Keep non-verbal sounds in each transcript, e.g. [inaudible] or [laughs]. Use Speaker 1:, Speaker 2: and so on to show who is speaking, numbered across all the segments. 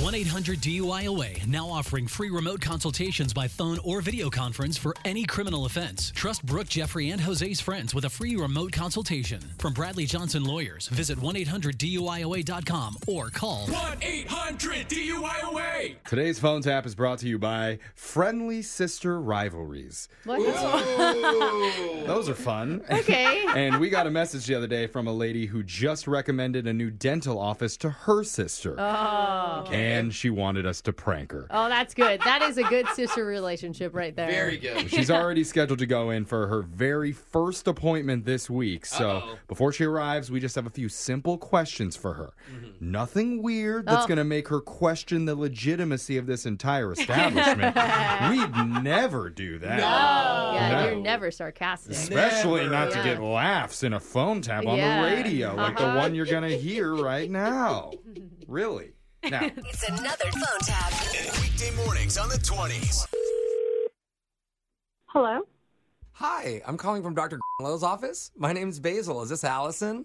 Speaker 1: 1 800 DUIOA now offering free remote consultations by phone or video conference for any criminal offense. Trust Brooke, Jeffrey, and Jose's friends with a free remote consultation. From Bradley Johnson Lawyers, visit 1 800 DUIOA.com or call
Speaker 2: 1 800 DUIOA.
Speaker 3: Today's phone tap is brought to you by Friendly Sister Rivalries.
Speaker 4: What? That's
Speaker 3: Those are fun.
Speaker 4: okay.
Speaker 3: and we got a message the other day from a lady who just recommended a new dental office to her sister.
Speaker 4: Oh.
Speaker 3: And she wanted us to prank her.
Speaker 4: Oh, that's good. That is a good sister relationship right there.
Speaker 5: Very good.
Speaker 3: She's already scheduled to go in for her very first appointment this week. So before she arrives, we just have a few simple questions for her. Nothing weird that's
Speaker 4: Mm-hmm. Oh.
Speaker 3: going to make her question the legitimacy of this entire
Speaker 4: [laughs]
Speaker 3: establishment. We'd never do that.
Speaker 4: Yeah,
Speaker 3: No.
Speaker 4: you're never sarcastic.
Speaker 3: Especially
Speaker 5: Never.
Speaker 3: not to get laughs in a phone tap on
Speaker 4: Yeah.
Speaker 3: the radio, like the one you're going to hear right now. Really? Now,
Speaker 6: It's another phone tap.
Speaker 7: Weekday mornings on the 20s.
Speaker 8: Hello.
Speaker 9: Hi, I'm calling from Dr. Lowe's office. My name's Basil. Is this Allison?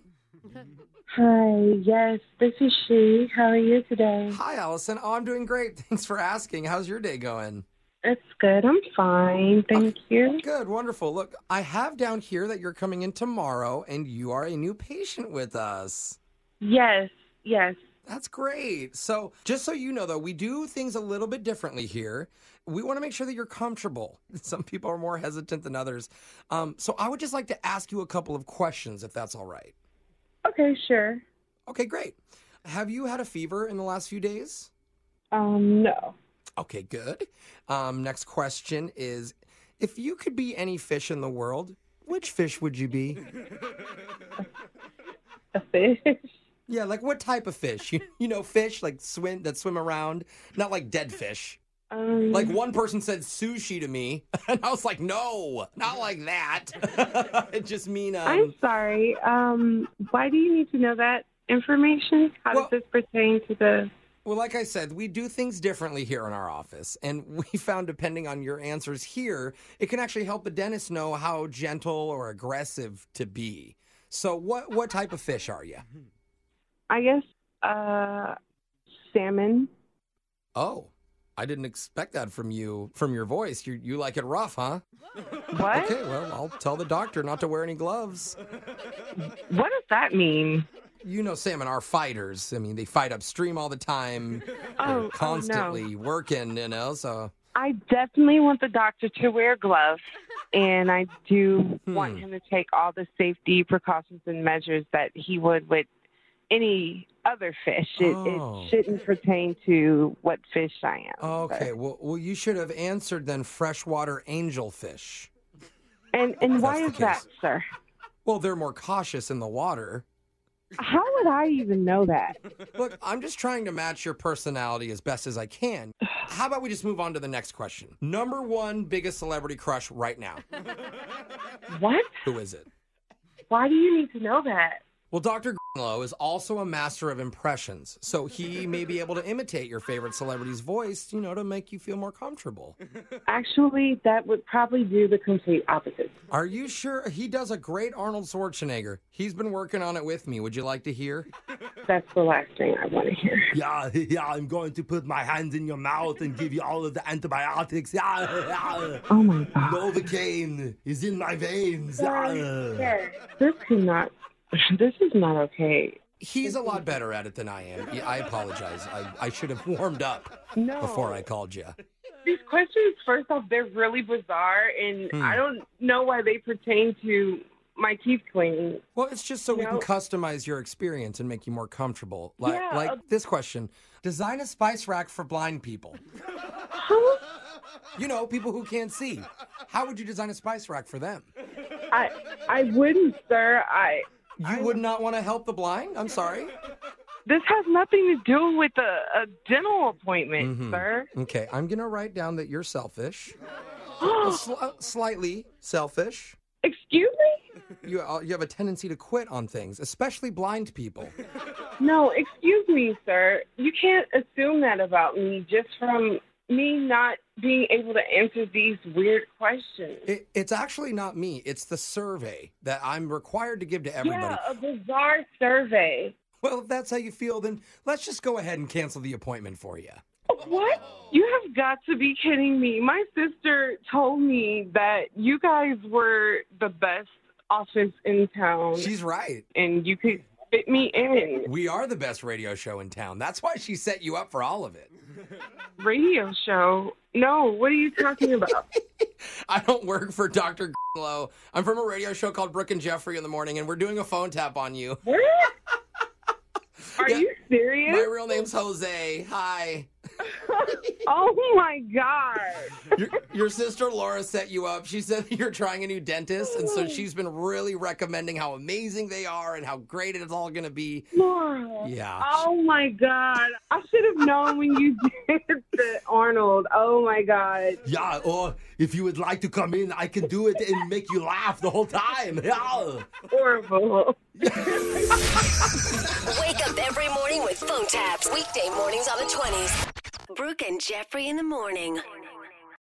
Speaker 8: Hi. Yes, this is she. How are you today?
Speaker 9: Hi, Allison. Oh, I'm doing great. [laughs] Thanks for asking. How's your day going?
Speaker 8: It's good. I'm fine. Thank you.
Speaker 9: Good, wonderful. Look, I have down here that you're coming in tomorrow and you are a new patient with us.
Speaker 8: Yes. Yes.
Speaker 9: That's great. So, just so you know, though, we do things a little bit differently here. We want to make sure that you're comfortable. [laughs] Some people are more hesitant than others. Um, so, I would just like to ask you a couple of questions, if that's all right.
Speaker 8: Okay. Sure.
Speaker 9: Okay, great. Have you had a fever in the last few days?
Speaker 8: Um. No. [laughs]
Speaker 9: Okay, good. Um, next question is if you could be any fish in the world, which fish would you be?
Speaker 8: A fish.
Speaker 9: yeah, like what type of fish? You, you know, fish like swim that swim around, not like dead fish.
Speaker 8: Um.
Speaker 9: Like one person said sushi to me, [laughs] and I was like, no, not like that. [laughs] I just mean, um,
Speaker 8: I'm sorry. Um. Why do you need to know that information? How
Speaker 9: Well-
Speaker 8: does this pertain to the?
Speaker 9: Well, like I said, we do things differently here in our office. And [laughs] we found, depending on your answers here, it can actually help the dentist know how gentle or aggressive to be. So, what, what type of fish are you?
Speaker 8: I guess. Uh. Salmon.
Speaker 9: Oh, I didn't expect that from you, from your voice. You, you like it rough, huh?
Speaker 8: What?
Speaker 9: Okay, well, I'll tell the doctor not to wear any gloves.
Speaker 8: What does that mean?
Speaker 9: You know, salmon are fighters. I mean, they fight upstream all the time,
Speaker 8: Oh,
Speaker 9: They're constantly
Speaker 8: Oh, no.
Speaker 9: working, you know, so.
Speaker 8: I definitely want the doctor to wear [laughs] gloves, and I do
Speaker 9: Hmm.
Speaker 8: want him to take all the safety precautions and measures that he would with any other fish. It,
Speaker 9: Oh.
Speaker 8: it shouldn't pertain to what fish I am.
Speaker 9: Okay, well, well, you should have answered then freshwater angelfish.
Speaker 8: And and why
Speaker 9: That's
Speaker 8: is
Speaker 9: the
Speaker 8: that,
Speaker 9: case.
Speaker 8: sir?
Speaker 9: Well, they're more cautious in the water.
Speaker 8: How would I even know that?
Speaker 9: Look, I'm just trying to match your personality as best as I can. How about we just move on to the next question? Number one biggest celebrity crush right now.
Speaker 8: What?
Speaker 9: Who is it?
Speaker 8: Why do you need to know that?
Speaker 9: Well, Dr. Greenlow is also a master of impressions, so he may be able to imitate your favorite celebrity's voice, you know, to make you feel more comfortable.
Speaker 8: Actually, that would probably do the complete opposite.
Speaker 9: Are you sure he does a great Arnold Schwarzenegger? He's been working on it with me. Would you like to hear?
Speaker 8: That's the last thing I want to hear.
Speaker 9: Yeah, [laughs] yeah, I'm going to put my hands in your mouth and give you all of the antibiotics. [laughs] Yeah, yeah.
Speaker 8: Oh my god.
Speaker 9: Novocaine is in my veins. Ah.
Speaker 8: Sir, This cannot. This is not okay.
Speaker 9: He's a lot better at it than I am. Yeah, I apologize. I, I should have warmed up
Speaker 8: No.
Speaker 9: before I called you.
Speaker 8: These questions, first off, they're really bizarre, and
Speaker 9: Hmm.
Speaker 8: I don't know why they pertain to my teeth cleaning.
Speaker 9: Well, it's just so we can
Speaker 8: No.
Speaker 9: customize your experience and make you more comfortable. Like,
Speaker 8: Yeah. uh,
Speaker 9: like this question Design a spice rack for blind people.
Speaker 8: How?
Speaker 9: You know, people who can't see. How would you design a spice rack for them?
Speaker 8: I I wouldn't, sir. I
Speaker 9: You would not want to help the blind? I'm sorry.
Speaker 8: this has nothing to do with a, a dental appointment,
Speaker 9: Mhm.
Speaker 8: sir.
Speaker 9: Okay, I'm going to write down that you're
Speaker 8: [gasps]
Speaker 9: selfish. Uh, sli- slightly selfish.
Speaker 8: Excuse me?
Speaker 9: You, uh, you have a tendency to quit on things, especially blind people.
Speaker 8: No, excuse me, sir. You can't assume that about me just from me not being able to answer these weird questions.
Speaker 9: It, it's actually not me. It's the survey that I'm required to give to everybody.
Speaker 8: Yeah, a bizarre survey.
Speaker 9: well, if that's how you feel, then let's just go ahead and cancel the appointment for you.
Speaker 8: What? You have got to be kidding me. My sister told me that you guys were the best office in town
Speaker 9: She's right.
Speaker 8: and you could fit me in.
Speaker 9: We are the best radio show in town. That's why she set you up for all of it.
Speaker 8: Radio show? No, what are you talking
Speaker 9: [laughs]
Speaker 8: about?
Speaker 9: I don't work for Dr. Low. I'm from a radio show called Brooke and Jeffrey in the morning, and we're doing a phone tap on you.
Speaker 8: what? Are
Speaker 9: Yeah.
Speaker 8: you serious?
Speaker 9: My real name's Jose. Hi.
Speaker 8: oh my god.
Speaker 9: Your, your sister Laura set you up. She said [laughs] that you're trying a new dentist, and so she's been really recommending how amazing they are and how great it's all going to be.
Speaker 8: Laura.
Speaker 9: Yeah.
Speaker 8: Oh my God. I should have known when you [laughs] did the Arnold. Oh my God.
Speaker 9: Yeah, or if you would like to come in, I can do it and make you laugh the whole time. [laughs] Yeah.
Speaker 8: Horrible.
Speaker 5: Wake up every morning with phone taps. Weekday mornings on the 20s. Brooke and Jeffrey in the morning.